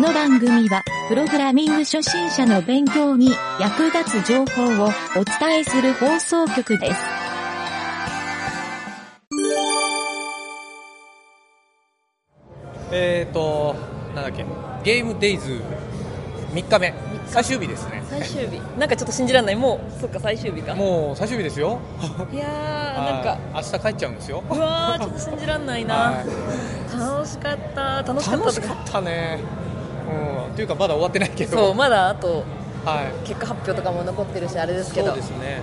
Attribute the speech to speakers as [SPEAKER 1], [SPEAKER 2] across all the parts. [SPEAKER 1] の番組は、プログラミング初心者の勉強に役立つ情報をお伝えする放送局です。
[SPEAKER 2] えっ、ー、と、なんだっけ、ゲームデイズ3日目、最終日ですね。
[SPEAKER 3] 最終日なんかちょっと信じられないもうそっか最終日か
[SPEAKER 2] もう最終日で すよ。
[SPEAKER 3] いやーなんか
[SPEAKER 2] あー明日帰っちゃうんですよ。
[SPEAKER 3] うわーちょっと信じられない
[SPEAKER 2] は
[SPEAKER 3] ない楽しかった楽しかった
[SPEAKER 2] 楽
[SPEAKER 3] と
[SPEAKER 2] し
[SPEAKER 3] か
[SPEAKER 2] かったね。うん、っていうかまだ終わってないけど。
[SPEAKER 3] そうまだあと
[SPEAKER 2] はい。
[SPEAKER 3] 結果発表とかも残ってるしあれですけ
[SPEAKER 2] そ
[SPEAKER 3] ど
[SPEAKER 2] うですね。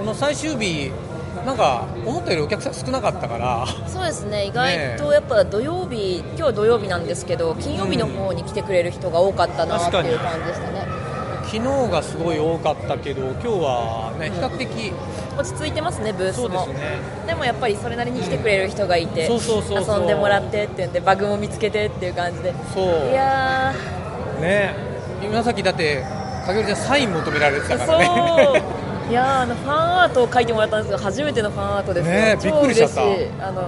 [SPEAKER 2] この最終日なんか思ったよりお客さん少なかったから。
[SPEAKER 3] そうですね意
[SPEAKER 2] ね
[SPEAKER 3] 外
[SPEAKER 2] え
[SPEAKER 3] とやっぱ土曜日、今日は土曜日なんですけど金曜日の方に来てくれる人が多かったなっていう感じでしたね
[SPEAKER 2] 昨日がすごい多かったけど、今日はね比較的
[SPEAKER 3] 落ち着いてますねブース
[SPEAKER 2] そうで
[SPEAKER 3] も
[SPEAKER 2] すね。
[SPEAKER 3] でもやっぱりそれなりに来てくれる人がいて
[SPEAKER 2] そうそうそうそう
[SPEAKER 3] 遊んでもらってっていうんでバグも見つけてっていう感じで
[SPEAKER 2] そう
[SPEAKER 3] いや
[SPEAKER 2] ね。今さっきだってかげるちゃんサイン求められて
[SPEAKER 3] ー
[SPEAKER 2] たから
[SPEAKER 3] そ
[SPEAKER 2] ね。
[SPEAKER 3] ういやーあのファンアートを描いてもらったんですけど初めてのファンアートですよ
[SPEAKER 2] ねえびっくりしちゃった
[SPEAKER 3] 超嬉しいあの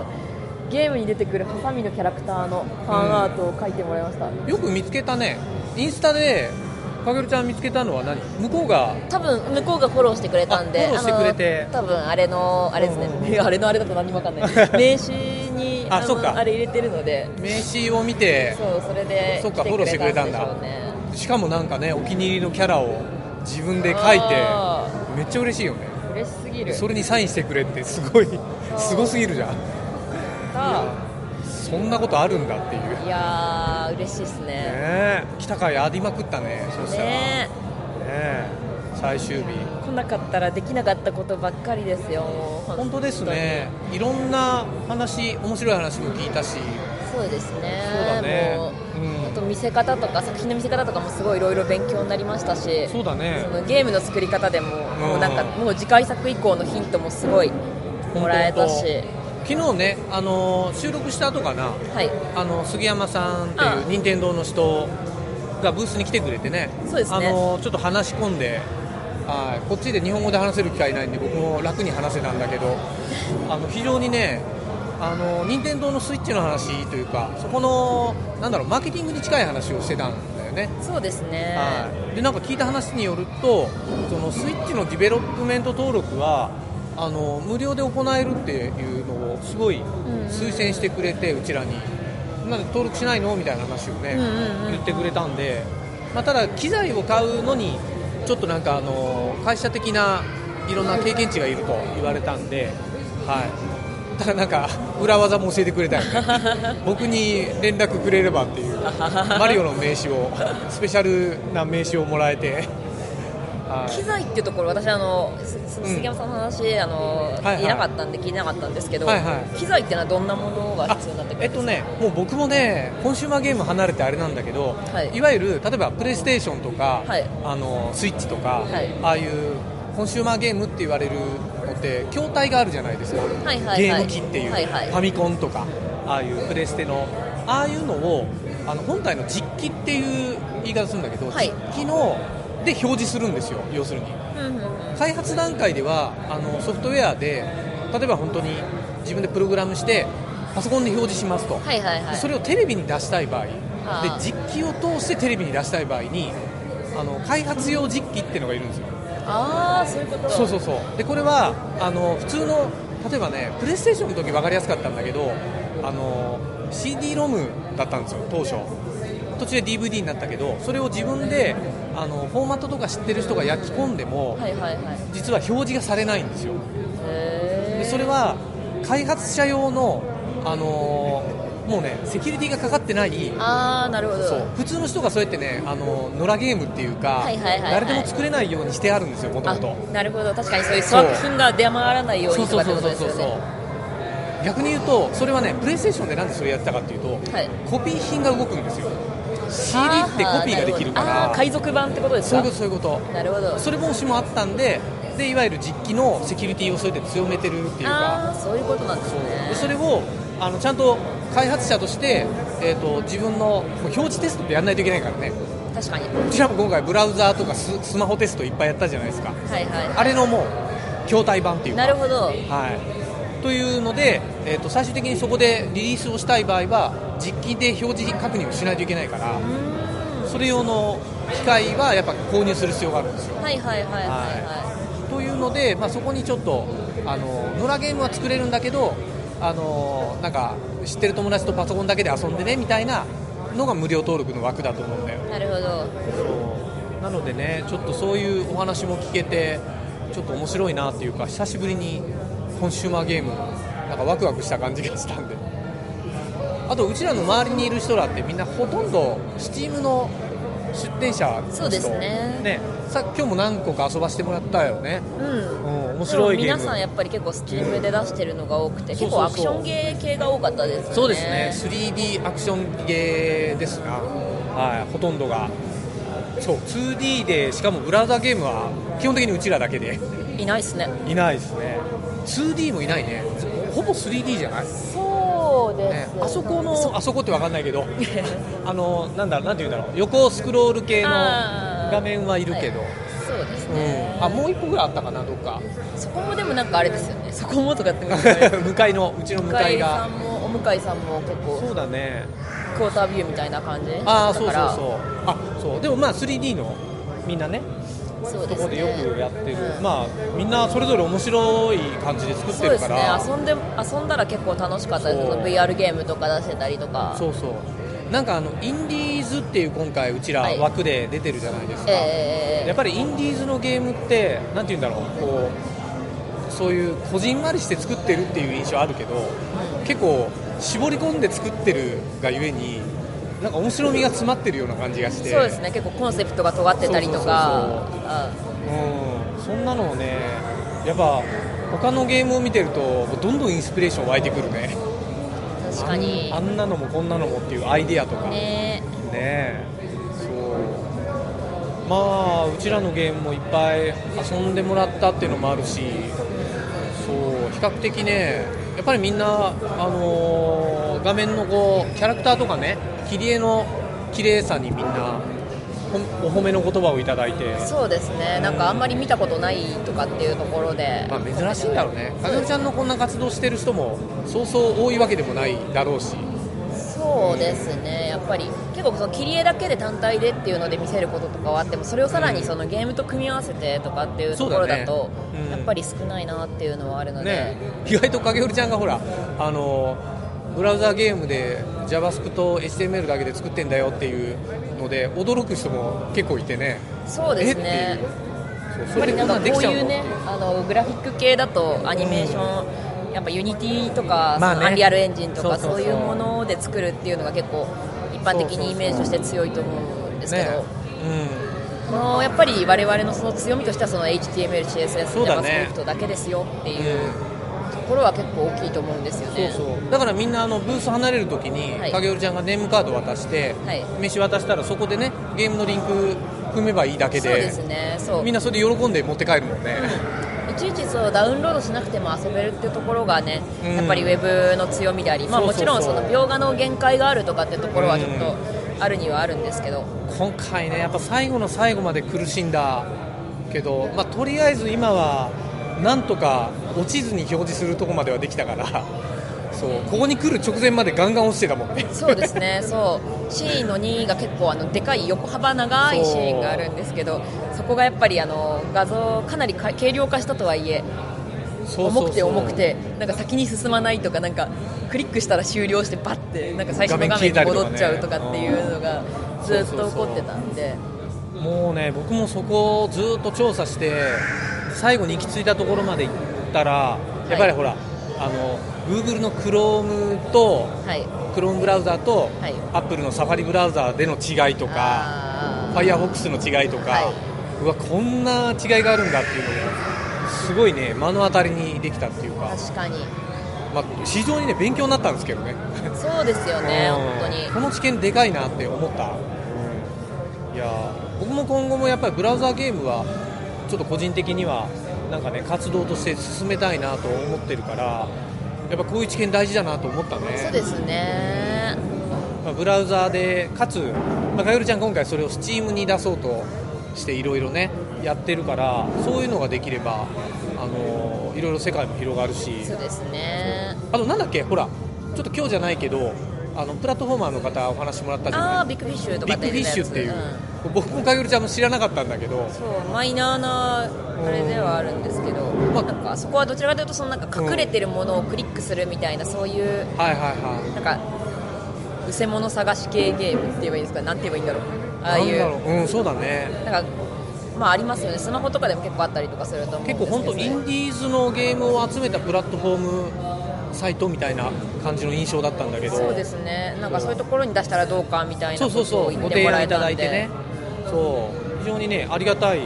[SPEAKER 3] ゲームに出てくるハサミのキャラクターのファンアートを描いてもらいました、
[SPEAKER 2] よく見つけたね。インスタでかげるちゃん見つけたのは何？向こうが
[SPEAKER 3] 多分向こうがフォローしてくれたんで
[SPEAKER 2] あフォローしてくれて
[SPEAKER 3] あの多分あれのあれですね、
[SPEAKER 2] うんうん
[SPEAKER 3] あれのあれだと何もわか んない名刺に
[SPEAKER 2] あ
[SPEAKER 3] の
[SPEAKER 2] そうか
[SPEAKER 3] あれ入れてるので
[SPEAKER 2] 名刺を見て
[SPEAKER 3] そうそれで
[SPEAKER 2] そっか
[SPEAKER 3] 来てくれたんでし
[SPEAKER 2] フォ
[SPEAKER 3] ょ
[SPEAKER 2] ローして
[SPEAKER 3] うね
[SPEAKER 2] しかもなんかねお気に入りのキャラを自分で書いて
[SPEAKER 3] あ
[SPEAKER 2] めっちゃ嬉しいよね
[SPEAKER 3] ー嬉しすぎる
[SPEAKER 2] それにサインしてくれってすごいすごすぎるじゃん
[SPEAKER 3] が
[SPEAKER 2] そんなことあるんだっていうね
[SPEAKER 3] いやー嬉しいですね
[SPEAKER 2] え北海ありまくったねそしたらね
[SPEAKER 3] ね
[SPEAKER 2] え最終日
[SPEAKER 3] 来なかったらできなかったことばっかりですよもう
[SPEAKER 2] 本当ですねいろんな話面白い話も聞いたし
[SPEAKER 3] そうですね
[SPEAKER 2] そうだね
[SPEAKER 3] も
[SPEAKER 2] うん
[SPEAKER 3] うあと見せ方とか作品の見せ方とかもすごいいろいろ勉強になりましたし
[SPEAKER 2] そうだね
[SPEAKER 3] そのゲームの作り方でももうなんか
[SPEAKER 2] うん
[SPEAKER 3] もう次回作以降のヒントもすごいもらえたし
[SPEAKER 2] 昨日ねあの収録した後かな
[SPEAKER 3] はい
[SPEAKER 2] あの杉山さんって
[SPEAKER 3] あ
[SPEAKER 2] い
[SPEAKER 3] あ
[SPEAKER 2] う任天堂の人がブースに来てくれてね
[SPEAKER 3] そうですね
[SPEAKER 2] あのちょっと話し込んではいこっちで日本語で話せる機会ないんで僕も楽に話せたんだけどあの非常にねあの任天堂のスイッチの話というかそこのなんだろうマーケティングに近い話をしてたんだよね
[SPEAKER 3] そうですね
[SPEAKER 2] はい、でなんか聞いた話によるとそのスイッチのディベロップメント登録はあの無料で行えるっていうのをすごい推薦してくれて、うちらになんで登録しないのみたいな話をね、
[SPEAKER 3] うんうんうん
[SPEAKER 2] 言ってくれたんで、まあ、ただ機材を買うのにちょっとなんかあの会社的ないろんな経験値がいると言われたんで、はい、ただなんか裏技も教えてくれたよね僕に連絡くれればって いうマリオの名刺をスペシャルな名刺をもらえて、は
[SPEAKER 3] 機
[SPEAKER 2] い
[SPEAKER 3] 材っていうところ私あのすす
[SPEAKER 2] ん
[SPEAKER 3] 杉山さんの話、あの
[SPEAKER 2] いはい
[SPEAKER 3] いなかったんで聞いてなかったんですけど、
[SPEAKER 2] はいは
[SPEAKER 3] 機材っていうのはどんなものが必要になってくる
[SPEAKER 2] えっ
[SPEAKER 3] んで
[SPEAKER 2] と
[SPEAKER 3] すか、
[SPEAKER 2] ね、もう僕もね、コンシューマーゲーム離れてあれなんだけど、
[SPEAKER 3] はい
[SPEAKER 2] いわゆる例えばプレイステーションとか、
[SPEAKER 3] はい
[SPEAKER 2] あのスイッチとか、
[SPEAKER 3] はい
[SPEAKER 2] ああいうコンシューマーゲームって言われるのって、筐体があるじゃないですか、
[SPEAKER 3] はいはいはい
[SPEAKER 2] ゲーム機っていう、
[SPEAKER 3] はいはい
[SPEAKER 2] ファミコンとか、ああいうプレステの、ああいうのをあの本体の実機っていう言い方するんだけど、
[SPEAKER 3] はい
[SPEAKER 2] 実機ので表示するんですよ、要するに。
[SPEAKER 3] うんうんうん
[SPEAKER 2] 開発段階ではあのソフトウェアで例えば本当に自分でプログラムしてパソコンで表示しますと、
[SPEAKER 3] はいはいはい
[SPEAKER 2] それをテレビに出したい場合で
[SPEAKER 3] あー
[SPEAKER 2] 実機を通してテレビに出したい場合にあの開発用実機っていうのがいるんですよ
[SPEAKER 3] ああそういうこと
[SPEAKER 2] そうそうそうでこれはあの普通の例えばねプレイステーションの時分かりやすかったんだけどあの CD ロムだったんですよ当初途中で DVD になったけどそれを自分であのフォーマットとか知ってる人が焼き込んでも、
[SPEAKER 3] はいはいはい
[SPEAKER 2] 実は表示がされないんですよ
[SPEAKER 3] へ
[SPEAKER 2] で
[SPEAKER 3] ー
[SPEAKER 2] それは開発者用の、あのーもうねセキュリティがかかってない
[SPEAKER 3] ああなるほど
[SPEAKER 2] そう普通の人がそうやってね、あのー野良ゲームっていうか、
[SPEAKER 3] はいはいはいはい
[SPEAKER 2] 誰でも作れないようにしてあるんですよもと
[SPEAKER 3] あ
[SPEAKER 2] もと
[SPEAKER 3] なるほど確かにそういう作品が出回らないよう
[SPEAKER 2] そう
[SPEAKER 3] にと
[SPEAKER 2] そ
[SPEAKER 3] か
[SPEAKER 2] う
[SPEAKER 3] って
[SPEAKER 2] そう
[SPEAKER 3] こと
[SPEAKER 2] そう
[SPEAKER 3] です
[SPEAKER 2] そう
[SPEAKER 3] よね
[SPEAKER 2] 逆に言うとそれはねプレイステーションでなんでそれやってたかっていうと、
[SPEAKER 3] はい
[SPEAKER 2] コピー品が動くんですよ CD
[SPEAKER 3] あ
[SPEAKER 2] ってコピーができる
[SPEAKER 3] あ
[SPEAKER 2] か
[SPEAKER 3] ー
[SPEAKER 2] ら
[SPEAKER 3] 海賊版ってことです
[SPEAKER 2] そうい
[SPEAKER 3] か
[SPEAKER 2] うことそういうこと
[SPEAKER 3] なるほど
[SPEAKER 2] それ防止もあったんででいわゆる実機のセキュリティをそうやって強めてるっていう
[SPEAKER 3] あ
[SPEAKER 2] か
[SPEAKER 3] あそういうことなんですね
[SPEAKER 2] でそれをあのちゃんと開発者として、えー、と自分のもう表示テストってやらないといけないからね
[SPEAKER 3] 確かに
[SPEAKER 2] うちらも今回ブラウザーとかススマホテストいっぱいやったじゃないですか
[SPEAKER 3] はいはい
[SPEAKER 2] あれのもう筐体版っていうか
[SPEAKER 3] なるほど
[SPEAKER 2] はい、というので、えー、と最終的にそこでリリースをしたい場合は実機で表示確認をしないといけないからそれ用の機械はやっぱ購入する必要があるんですよ
[SPEAKER 3] はいはいはいはいは
[SPEAKER 2] というので、まあ、そこにちょっとあの野良ゲームは作れるんだけどあのなんか知ってる友達とパソコンだけで遊んでねみたいなのが無料登録の枠だと思うんだよ
[SPEAKER 3] いなるほど
[SPEAKER 2] そうなのでねちょっとそういうお話も聞けてちょっと面白いなっていうか久しぶりにコンシューマーゲームなんかワクワクした感じがしたんであとうちらの周りにいる人らってみんなほとんど STEAM の出店者の人
[SPEAKER 3] そうですね
[SPEAKER 2] ねさ今日も何個か遊ばせてもらったよね、
[SPEAKER 3] うん
[SPEAKER 2] うん、面白いゲ
[SPEAKER 3] で
[SPEAKER 2] ーム
[SPEAKER 3] も皆さんやっぱり結構スチームで出してるのが多くて
[SPEAKER 2] そ
[SPEAKER 3] 結
[SPEAKER 2] うそうそう
[SPEAKER 3] 構アクションゲー系が多かったですね
[SPEAKER 2] そうですね 3D アクションゲーですが、はい、ほとんどがそう 2D でしかもブラウザーゲームは基本的にうちらだけで
[SPEAKER 3] いないですね
[SPEAKER 2] いないですね 2D もいないねほぼ 3D じゃない、ね、
[SPEAKER 3] そうです、
[SPEAKER 2] あそこのあそこって分かんないけどあのなんだなんて言うんだろう横スクロール系の
[SPEAKER 3] あー
[SPEAKER 2] 画面はいるけど、
[SPEAKER 3] そうです
[SPEAKER 2] う
[SPEAKER 3] ね、
[SPEAKER 2] ん、あもう一個ぐらいあったかなどっ か
[SPEAKER 3] そこもでもなんかあれですよねそこもとかって向
[SPEAKER 2] 向かいのうちの向か
[SPEAKER 3] か
[SPEAKER 2] い
[SPEAKER 3] いさ
[SPEAKER 2] が
[SPEAKER 3] んもお向井さんも結構
[SPEAKER 2] そうだね
[SPEAKER 3] クォータービューみたいな感じ
[SPEAKER 2] ああ
[SPEAKER 3] だ
[SPEAKER 2] そう
[SPEAKER 3] か
[SPEAKER 2] そう
[SPEAKER 3] ら
[SPEAKER 2] そうあそうでもまあ 3D のみんなね
[SPEAKER 3] そう
[SPEAKER 2] と
[SPEAKER 3] です
[SPEAKER 2] こでよ
[SPEAKER 3] ね
[SPEAKER 2] くやってる、
[SPEAKER 3] うん
[SPEAKER 2] まあみんなそれぞれ面白い感じで作っ
[SPEAKER 3] そ
[SPEAKER 2] て
[SPEAKER 3] うで
[SPEAKER 2] る
[SPEAKER 3] す
[SPEAKER 2] か
[SPEAKER 3] ね
[SPEAKER 2] ら
[SPEAKER 3] 遊んで遊んだら結構楽しかったです
[SPEAKER 2] そう
[SPEAKER 3] VR ゲームとか出してたりとか
[SPEAKER 2] そうそうなんかあのインディーズっていう今回うちら
[SPEAKER 3] はい
[SPEAKER 2] 枠で出てるじゃないですか、
[SPEAKER 3] え
[SPEAKER 2] や
[SPEAKER 3] え
[SPEAKER 2] っぱりインディーズのゲームってなんて言うんだろうこうそういうこじんまりして作ってるっていう印象あるけど結構絞り込んで作ってるがゆえになんか面白みが詰まってるような感じがして
[SPEAKER 3] そうですね結構コンセプトが尖ってたりとか
[SPEAKER 2] そう
[SPEAKER 3] あ
[SPEAKER 2] うん、そんなのをね、やっぱ他のゲームを見てると、どんどんインスピレーション湧いてくるね、
[SPEAKER 3] 確かに
[SPEAKER 2] あんあんなのもこんなのもっていうアイディアとか、ね
[SPEAKER 3] ね
[SPEAKER 2] えそう、まあ、うちらのゲームもいっぱい遊んでもらったっていうのもあるし、そう比較的ね、やっぱりみんな、あのー画面のこうキャラクターとかね、切り絵の綺麗さにみんな、ほんお褒めの言葉をいただいて。
[SPEAKER 3] そうですねなんかあんまり見たことないとかっていうところで
[SPEAKER 2] まあ、珍しいんだろうね、かずみちゃんのこんな活動してる人も、そうそう多いわけでもないだろうし、
[SPEAKER 3] そうですねやっぱり結構その切り絵だけで単体でっていうので見せることとかはあってもそれをさらにそのゲームと組み合わせてとかっていうところだ
[SPEAKER 2] そう
[SPEAKER 3] と
[SPEAKER 2] だねうん
[SPEAKER 3] やっぱり少ないなっていうのはあるので、
[SPEAKER 2] ね、意外と影織ちゃんがほら、あのブラウザーゲームで JavaScript、HTML だけで作ってんだよっていうので、驚く人も結構いてね、
[SPEAKER 3] そうですね
[SPEAKER 2] えっていう、そう
[SPEAKER 3] やっ
[SPEAKER 2] そ
[SPEAKER 3] ぱ
[SPEAKER 2] れ
[SPEAKER 3] り
[SPEAKER 2] で
[SPEAKER 3] なん
[SPEAKER 2] こ
[SPEAKER 3] ん
[SPEAKER 2] な
[SPEAKER 3] か
[SPEAKER 2] んでき
[SPEAKER 3] こう
[SPEAKER 2] ちゃう
[SPEAKER 3] い
[SPEAKER 2] の
[SPEAKER 3] う
[SPEAKER 2] ってい
[SPEAKER 3] ね
[SPEAKER 2] う
[SPEAKER 3] あのグラフィック系だとアニメーション、やっぱユニティとか、
[SPEAKER 2] まあね
[SPEAKER 3] そのアンリアルエンジンとか
[SPEAKER 2] そう
[SPEAKER 3] そう
[SPEAKER 2] そうそう
[SPEAKER 3] いうもので作るっていうのが結構一般的にイメージとして強いと思うんですけど、
[SPEAKER 2] ね
[SPEAKER 3] このやっぱり我々のその強みとしてはその HTML、CSS、
[SPEAKER 2] そうだね
[SPEAKER 3] JavaScript だけですよって
[SPEAKER 2] うん
[SPEAKER 3] いうところは結構大きいと思うんですよ
[SPEAKER 2] そう
[SPEAKER 3] ね。
[SPEAKER 2] そうだからみんなあのブース離れるときに、
[SPEAKER 3] はい
[SPEAKER 2] 影織ちゃんがネームカード渡して、
[SPEAKER 3] はい
[SPEAKER 2] 飯渡したらそこでねゲームのリンク踏めばいいだけ
[SPEAKER 3] そうですねそう
[SPEAKER 2] みんなそれで喜んで持って帰るもんね、
[SPEAKER 3] いちいちそうダウンロードしなくても遊べるっていうところがね、
[SPEAKER 2] うん
[SPEAKER 3] やっぱりウェブの強みであり、まあ、
[SPEAKER 2] そう
[SPEAKER 3] も
[SPEAKER 2] そ
[SPEAKER 3] ち
[SPEAKER 2] うそう
[SPEAKER 3] ろんその描画の限界があるとかってところはちょっとあるにはあるんですけど、
[SPEAKER 2] 今回ねやっぱ最後の最後まで苦しんだけど、まあ、とりあえず今はなんとか落ちずに表示するとこまではできたからそうここに来る直前までガンガン落ちてたもんね
[SPEAKER 3] そうですねそうシーンの2が結構あのでかい横幅長いシーンがあるんですけどそこがやっぱりあの画像かなりか軽量化したとはいえ
[SPEAKER 2] そうそうそう
[SPEAKER 3] 重くて重くてなんか先に進まないとかなんかクリックしたら終了してバッてなんか最初の画面に戻っちゃうとかっていうのがずっと起こってたんで。
[SPEAKER 2] もうね僕もそこをずっと調査して最後に行き着いたところまで行ったら
[SPEAKER 3] い
[SPEAKER 2] やっぱりほら、あの Google の Chrome と
[SPEAKER 3] はい、
[SPEAKER 2] Chrome ブラウザーと、
[SPEAKER 3] はい
[SPEAKER 2] Apple の Safari ブラウザーでの違いとか
[SPEAKER 3] あー
[SPEAKER 2] Firefox の違いとか、
[SPEAKER 3] はいう
[SPEAKER 2] わこんな違いがあるんだっていうのをすごいね目の当たりにできたっていうか、
[SPEAKER 3] 確かに
[SPEAKER 2] まあ、非常にね勉強になったんですけどね
[SPEAKER 3] そうですよね
[SPEAKER 2] う
[SPEAKER 3] 本
[SPEAKER 2] ん
[SPEAKER 3] 当に
[SPEAKER 2] この知見でかいなって思った、いやー僕も今後もやっぱりブラウザーゲームはちょっと個人的にはなんかね活動として進めたいなと思ってるからやっぱこういう知見大事だなと思ったね
[SPEAKER 3] そうですね
[SPEAKER 2] まあ、ブラウザーでかつ、まあ、かよりちゃん今回それを Steam に出そうとしていろいろねやってるからそういうのができればあのいろいろ世界も広がるし
[SPEAKER 3] そうですね
[SPEAKER 2] あとなんだっけほらちょっと今日じゃないけどあのプラットフォーマーの方お話もらったじゃ
[SPEAKER 3] あ
[SPEAKER 2] な
[SPEAKER 3] あ
[SPEAKER 2] い
[SPEAKER 3] ビッグフィッシュと
[SPEAKER 2] ビ
[SPEAKER 3] か
[SPEAKER 2] ッグフィッシュっていう、
[SPEAKER 3] ん
[SPEAKER 2] 僕もかげるちゃんも知らなかったんだけど
[SPEAKER 3] そうマイナーなあれではあるんですけど、
[SPEAKER 2] まあ
[SPEAKER 3] なんかそこはどちらかというとそのなんか隠れてるものをクリックするみたいなそういう
[SPEAKER 2] はいはいはい
[SPEAKER 3] なんかうせもの探し系ゲームって言えばいいですかなんて言えばいいんだろうああい
[SPEAKER 2] なん
[SPEAKER 3] う
[SPEAKER 2] だろううんそうだね
[SPEAKER 3] なんかまあありますよねスマホとかでも結構あったりとかすると思うんです
[SPEAKER 2] 結
[SPEAKER 3] け
[SPEAKER 2] 構
[SPEAKER 3] ど
[SPEAKER 2] 本当インディーズのゲームを集めたプラットフォームサイトみたいな感じの印象だったんだけど
[SPEAKER 3] そうですねなんかそういうところに出したらどうかみたいな
[SPEAKER 2] そうそ
[SPEAKER 3] こ
[SPEAKER 2] う
[SPEAKER 3] と
[SPEAKER 2] そ
[SPEAKER 3] を
[SPEAKER 2] う
[SPEAKER 3] 言
[SPEAKER 2] ご
[SPEAKER 3] って
[SPEAKER 2] 提
[SPEAKER 3] もら
[SPEAKER 2] 案
[SPEAKER 3] え
[SPEAKER 2] いた
[SPEAKER 3] た
[SPEAKER 2] だ
[SPEAKER 3] ん
[SPEAKER 2] いて
[SPEAKER 3] で
[SPEAKER 2] ねそう非常にねありがたい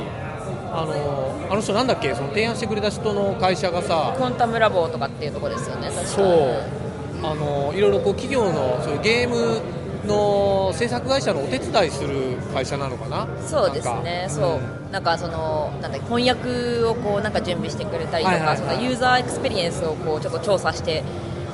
[SPEAKER 2] あのあの人なんだっけその提案してくれた人の会社がさ
[SPEAKER 3] コンタムラボとかっていうところですよね確か
[SPEAKER 2] そうあのいろいろこう企業のそういうゲームの制作会社のお手伝いする会社なのかな
[SPEAKER 3] そうですね、
[SPEAKER 2] なんか
[SPEAKER 3] そう、
[SPEAKER 2] ん
[SPEAKER 3] なんかそのなんだっけ翻訳をこうなんか準備してくれたりとか、
[SPEAKER 2] はいはいはい
[SPEAKER 3] そのユーザーエクスペリエンスをこうちょっと調査して、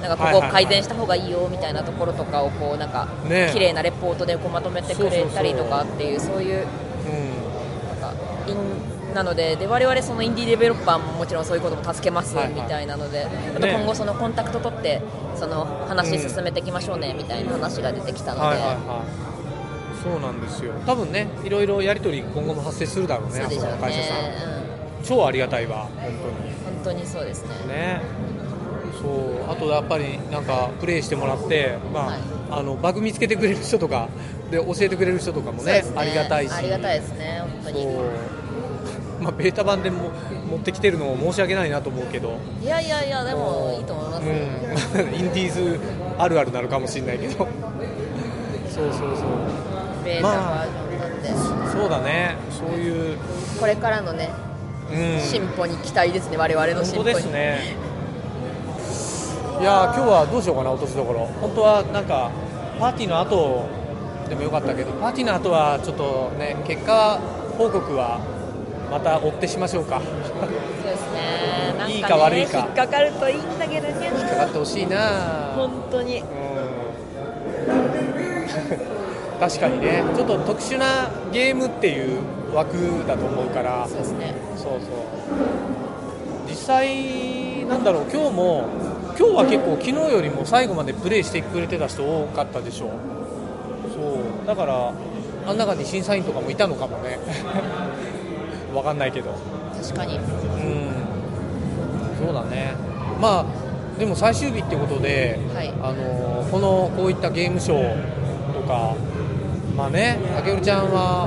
[SPEAKER 3] なんか
[SPEAKER 2] はい
[SPEAKER 3] こ
[SPEAKER 2] はい
[SPEAKER 3] こ
[SPEAKER 2] はい
[SPEAKER 3] 改善した方がいいよみたいなところとかをこうなんか、
[SPEAKER 2] ねえ
[SPEAKER 3] 綺麗なレポートでこうまとめてくれたりとかっていうそういう
[SPEAKER 2] うん
[SPEAKER 3] なんかインなのでで我々そのインディーデベロッパーももちろんそういうことも助けます
[SPEAKER 2] はいはい
[SPEAKER 3] みたいなので、あと
[SPEAKER 2] ねえ
[SPEAKER 3] 今後そのコンタクト取ってその話進めていきましょうねみたいな話が出てきたので。
[SPEAKER 2] はいはいはいそうなんですよ多分ねいろいろやり取り今後も発生するだろうね
[SPEAKER 3] そう
[SPEAKER 2] あ
[SPEAKER 3] で
[SPEAKER 2] そ
[SPEAKER 3] し
[SPEAKER 2] こ
[SPEAKER 3] ょう
[SPEAKER 2] の
[SPEAKER 3] ね
[SPEAKER 2] 会社さん、
[SPEAKER 3] うん
[SPEAKER 2] 超ありがたいわ本
[SPEAKER 3] 本当にそうですね。
[SPEAKER 2] 当にねそうあとやっぱりなんかプレイしてもらって、まあ
[SPEAKER 3] はい
[SPEAKER 2] あのバグ見つけてくれる人とかで教えてくれる人とか
[SPEAKER 3] そ
[SPEAKER 2] もね
[SPEAKER 3] うです
[SPEAKER 2] ありがたいし
[SPEAKER 3] ありがたいですね本当
[SPEAKER 2] そう
[SPEAKER 3] に、
[SPEAKER 2] まあ、ベータ版でも持ってきてるのも申し訳ないなと思うけど、
[SPEAKER 3] いやいやいやでもいいと思いま
[SPEAKER 2] うん
[SPEAKER 3] す、、
[SPEAKER 2] インディーズあるあるなのかもしれないけどそうそうそう
[SPEAKER 3] ベータバージョンなんで、
[SPEAKER 2] そうだね、そういう、
[SPEAKER 3] これからのね
[SPEAKER 2] うん、
[SPEAKER 3] 進歩に期待ですね我々の
[SPEAKER 2] 本
[SPEAKER 3] 進
[SPEAKER 2] 当
[SPEAKER 3] 歩に
[SPEAKER 2] ですね。いやー今日はどうしようかな落としどころ。本当はなんかパーティーの後でもよかったけど、パーティーの後はちょっとね結果報告はまた追ってしましょうか。
[SPEAKER 3] そうですねなんかね
[SPEAKER 2] いいか悪いか
[SPEAKER 3] 引っかかるといいんだけどね
[SPEAKER 2] 引っかかってほしいな。
[SPEAKER 3] 本当に
[SPEAKER 2] うん 確かにね、ちょっと特殊なゲームっていう枠だと思うから。
[SPEAKER 3] そうですね
[SPEAKER 2] そうそう実際なんだろう今日も今日は結構昨日よりも最後までプレイしてくれてた人多かったでしょそうだからあん中に審査員とかもいたのかもね わかんないけど
[SPEAKER 3] 確かに
[SPEAKER 2] うんそうだねまあでも最終日ってことで、
[SPEAKER 3] はい
[SPEAKER 2] あのこのこういったゲームショーとかまあね竹織ちゃんは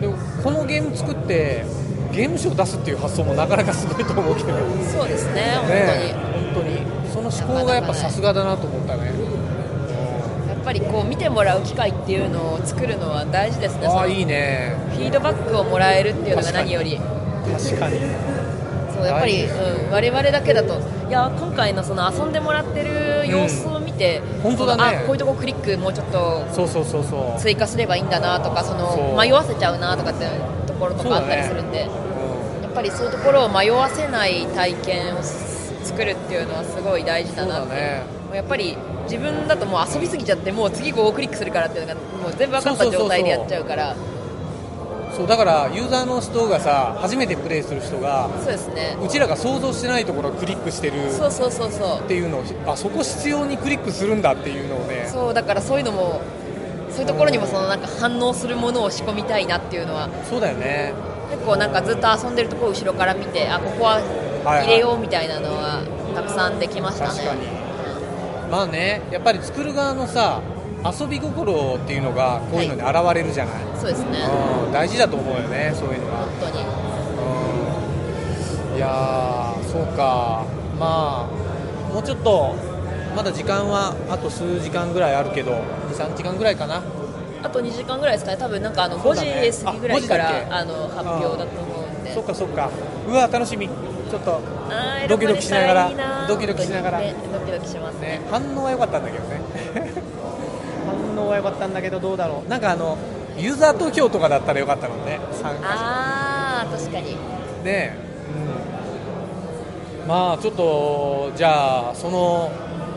[SPEAKER 2] でもこのゲーム作ってゲームショー出すっていう発想もなかなかすごいと思うけどね
[SPEAKER 3] そうですね本当に、
[SPEAKER 2] え本当にその思考がやっぱさすがだなと思ったね
[SPEAKER 3] やっぱりこう見てもらう機会っていうのを作るのは大事ですね
[SPEAKER 2] ああ
[SPEAKER 3] その
[SPEAKER 2] いいね
[SPEAKER 3] フィードバックをもらえるっていうのが
[SPEAKER 2] 確か
[SPEAKER 3] 何
[SPEAKER 2] に
[SPEAKER 3] より
[SPEAKER 2] 確かに
[SPEAKER 3] そうやっぱり、
[SPEAKER 2] は
[SPEAKER 3] うん、我々だけだといや今回のその遊んでもらってる様子を見て、
[SPEAKER 2] ん本当だ
[SPEAKER 3] そ
[SPEAKER 2] ね
[SPEAKER 3] のあこういうとこクリックもうちょっと
[SPEAKER 2] そうそうそうそう
[SPEAKER 3] 追加すればいいんだなとかそ
[SPEAKER 2] そ
[SPEAKER 3] の
[SPEAKER 2] う
[SPEAKER 3] 迷わせちゃうなとかっていうところとかあったりするんで、やっぱりそういうところを迷わせない体験をす作るっていうのはすごい大事
[SPEAKER 2] そ
[SPEAKER 3] だ
[SPEAKER 2] う
[SPEAKER 3] な
[SPEAKER 2] だ
[SPEAKER 3] って
[SPEAKER 2] ね
[SPEAKER 3] もうやっぱり自分だともう遊びすぎちゃってもう次ここクリックするからっていうのがもう全部分かっ
[SPEAKER 2] そうそ
[SPEAKER 3] た
[SPEAKER 2] うそうそ
[SPEAKER 3] 状
[SPEAKER 2] う
[SPEAKER 3] 態でやっちゃうから
[SPEAKER 2] そうだからユーザーの人がさ初めてプレイする人が
[SPEAKER 3] そうですね
[SPEAKER 2] うちらが想像してないところをクリックしてる
[SPEAKER 3] そ
[SPEAKER 2] っ
[SPEAKER 3] うそうそうそう
[SPEAKER 2] ていうのをあそこ必要にクリックするんだっていうのをね
[SPEAKER 3] そうだからそういうのもそういうところにもそのなんか反応するものを仕込みたいなっていうのは
[SPEAKER 2] そうだよね
[SPEAKER 3] 結構なんかずっと遊んでるところを後ろから見てあここは入れようみたいなのはたくさんできましたね
[SPEAKER 2] 確かにまあねやっぱり作る側のさ遊び心っていうのがこういうのに現れるじゃない、
[SPEAKER 3] そうですね
[SPEAKER 2] うん大事だと思うよねそういうのは
[SPEAKER 3] 本当に
[SPEAKER 2] うんいやーそうかまあもうちょっとまだ時間はあと数時間ぐらいあるけど23時間ぐらいかな
[SPEAKER 3] あと2時間ぐらいですかね多分なんかあの
[SPEAKER 2] そ
[SPEAKER 3] 5
[SPEAKER 2] うだね
[SPEAKER 3] 時過ぎぐらいか
[SPEAKER 2] あ5時だっけ
[SPEAKER 3] らあの発表だと思うんで
[SPEAKER 2] そっかそっかうわ楽しみちょっと
[SPEAKER 3] あー
[SPEAKER 2] ドキドキしながら
[SPEAKER 3] 喜ばれたいい
[SPEAKER 2] ドキドキしながら
[SPEAKER 3] ねドキドキしますね
[SPEAKER 2] ね、反応は良かったんだけどね反応は良かったんだけどどうだろうなんかあのユーザー投票とかだったら良かったのね参加
[SPEAKER 3] ああ確かに
[SPEAKER 2] 者ねうんまあちょっとじゃあその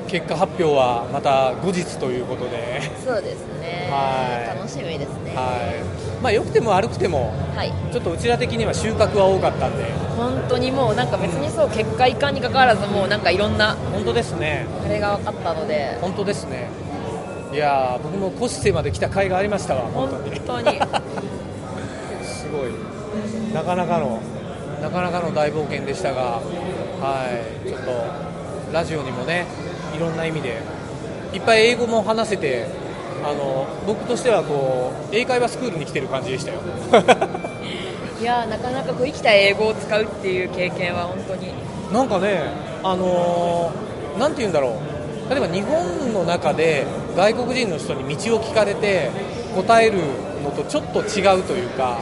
[SPEAKER 2] 結果発表はまた後日ということで
[SPEAKER 3] そうですね
[SPEAKER 2] はい
[SPEAKER 3] 楽しみですね
[SPEAKER 2] はいまあ良くても悪くても
[SPEAKER 3] はい
[SPEAKER 2] ちょっとうちら的には収穫は多かったんで
[SPEAKER 3] 本当にもうなんか別にそう結果いかんにかかわらずもうなんかいろんな
[SPEAKER 2] 本当ですね
[SPEAKER 3] あれが分かったので
[SPEAKER 2] 本当ですねいやー僕もコッセまで来た甲斐がありましたわ
[SPEAKER 3] 本
[SPEAKER 2] 本当に
[SPEAKER 3] 当 に
[SPEAKER 2] すごいなかなかのなかなかの大冒険でしたがはいちょっとラジオにもねいろんな意味でいっぱい英語も話せてあの僕としてはこう英会話スクールに来てる感じでしたよ
[SPEAKER 3] いやーなかなかこう生きた英語を使うっていう経験は本当に
[SPEAKER 2] なんかねあのーなんて言うんだろう例えば日本の中で外国人の人に道を聞かれて答えるのとちょっと違うというか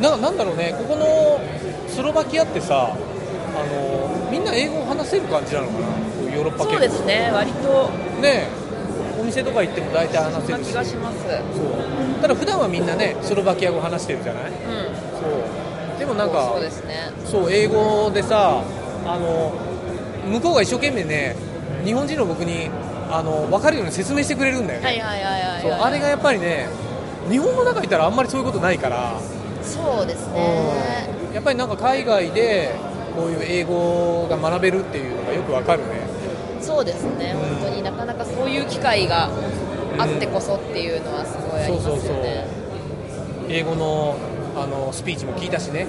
[SPEAKER 2] ななんだろうねここのスロバキアってさ、あのーみんな英語を話せる感じなのかなこうヨーロッパ
[SPEAKER 3] そ
[SPEAKER 2] 圏
[SPEAKER 3] うですね割と
[SPEAKER 2] ねえお店とか行っても大体
[SPEAKER 3] そ
[SPEAKER 2] 話
[SPEAKER 3] ん
[SPEAKER 2] せ
[SPEAKER 3] な
[SPEAKER 2] るし
[SPEAKER 3] 気がします
[SPEAKER 2] そうただ普段はみんなねスロバキア語話してるじゃない
[SPEAKER 3] うん
[SPEAKER 2] そうでもなんか
[SPEAKER 3] そうですね
[SPEAKER 2] そう英語でさあの向こうが一生懸命ね日本人の僕にあの分かるように説明してくれるんだよね、
[SPEAKER 3] はいはいはいはいはい
[SPEAKER 2] そうあれがやっぱりね日本の中にいたらあんまりそういうことないから、
[SPEAKER 3] そうですね
[SPEAKER 2] やっぱりなんか海外でこういう英語が学べるっていうのがよく分かるね
[SPEAKER 3] そうですね本当になかなかそういう機会があってこそっていうのはすごいありますよね、
[SPEAKER 2] 英語のあのスピーチも聞いた しね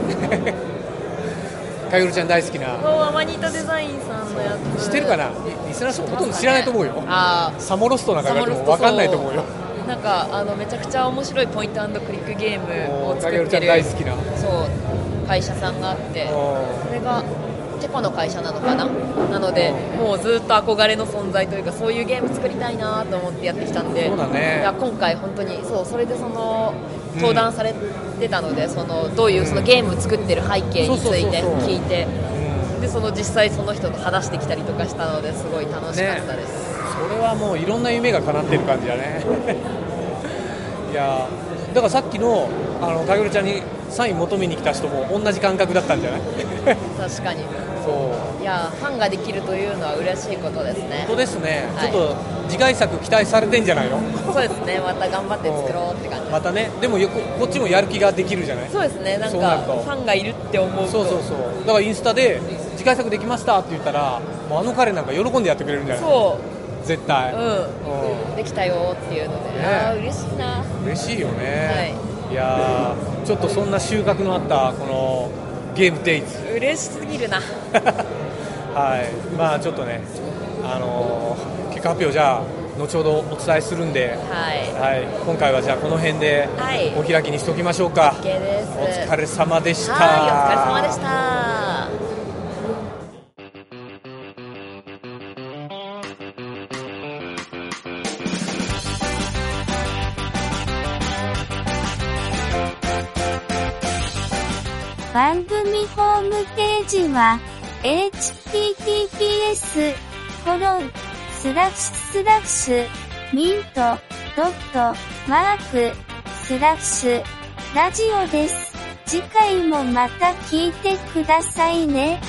[SPEAKER 2] かよるちゃん大好き
[SPEAKER 3] も
[SPEAKER 2] な
[SPEAKER 3] うアマニータデザインさんのやつ
[SPEAKER 2] 知ってるかなリリスナーの人ほとんど知らないと思うよ
[SPEAKER 3] ああ
[SPEAKER 2] サモロストなんか言われても分かんないと思うよ
[SPEAKER 3] なんかあのめちゃくちゃ面白いポイントクリックゲームを
[SPEAKER 2] か
[SPEAKER 3] 作
[SPEAKER 2] げ
[SPEAKER 3] っ
[SPEAKER 2] るち
[SPEAKER 3] て
[SPEAKER 2] ゃん
[SPEAKER 3] る
[SPEAKER 2] 大好きな
[SPEAKER 3] そう会社さんがあって
[SPEAKER 2] う
[SPEAKER 3] それがチェコの会社なのかななのでもうずっと憧れの存在というかそういうゲーム作りたいなと思ってやってきたんで
[SPEAKER 2] そうだね
[SPEAKER 3] いや今回本当にそうそれでその登壇されてたので、そのどういうそのゲーム作ってる背景について
[SPEAKER 2] そうそうそうそう
[SPEAKER 3] 聞いて
[SPEAKER 2] ん
[SPEAKER 3] でその実際その人と話してきたりとかしたのですごい楽しかったです、
[SPEAKER 2] それはもういろんな夢が叶ってる感じだね いやーだからさっきのあのかげるちゃんにサイン求めに来た人も同じ感覚だったんじゃない
[SPEAKER 3] 確かに
[SPEAKER 2] そう
[SPEAKER 3] いやファンができるというのは嬉しいことですね
[SPEAKER 2] 本当ですね、
[SPEAKER 3] はい
[SPEAKER 2] ちょっと次回作期待されてんじゃないの
[SPEAKER 3] そうですねまた頑張って作ろうって感じ
[SPEAKER 2] またねでもよここっちもやる気ができるじゃない
[SPEAKER 3] そうですねなん
[SPEAKER 2] そうな
[SPEAKER 3] か
[SPEAKER 2] る
[SPEAKER 3] フ
[SPEAKER 2] と
[SPEAKER 3] ァンがいるって思うと
[SPEAKER 2] そうそうそうだからインスタで次回作できましたって言ったらもうあの彼なんか喜んでやってくれるんじゃない
[SPEAKER 3] そ
[SPEAKER 2] 絶対、
[SPEAKER 3] う
[SPEAKER 2] うん
[SPEAKER 3] うんできたよっていうので、
[SPEAKER 2] ね
[SPEAKER 3] ああ嬉しいな
[SPEAKER 2] 嬉しいよね、い、やーちょっとそんな収穫のあったこのゲームデイズ
[SPEAKER 3] 嬉しすぎるな
[SPEAKER 2] はいまあちょっとねあのー結果発表じゃあ後ほどお伝えするんで、
[SPEAKER 3] はい
[SPEAKER 2] はい、今回はじゃあこの辺で
[SPEAKER 3] はい
[SPEAKER 2] お開きにしておきましょうか、
[SPEAKER 3] OK です
[SPEAKER 2] お疲れ様でした
[SPEAKER 3] はいお疲れ様でした
[SPEAKER 4] 番組ホームページは、https, コロン、スラッシュスラッシュ、ミント、ドット、マーク、スラッシュ、ラジオです。次回もまた聞いてくださいね。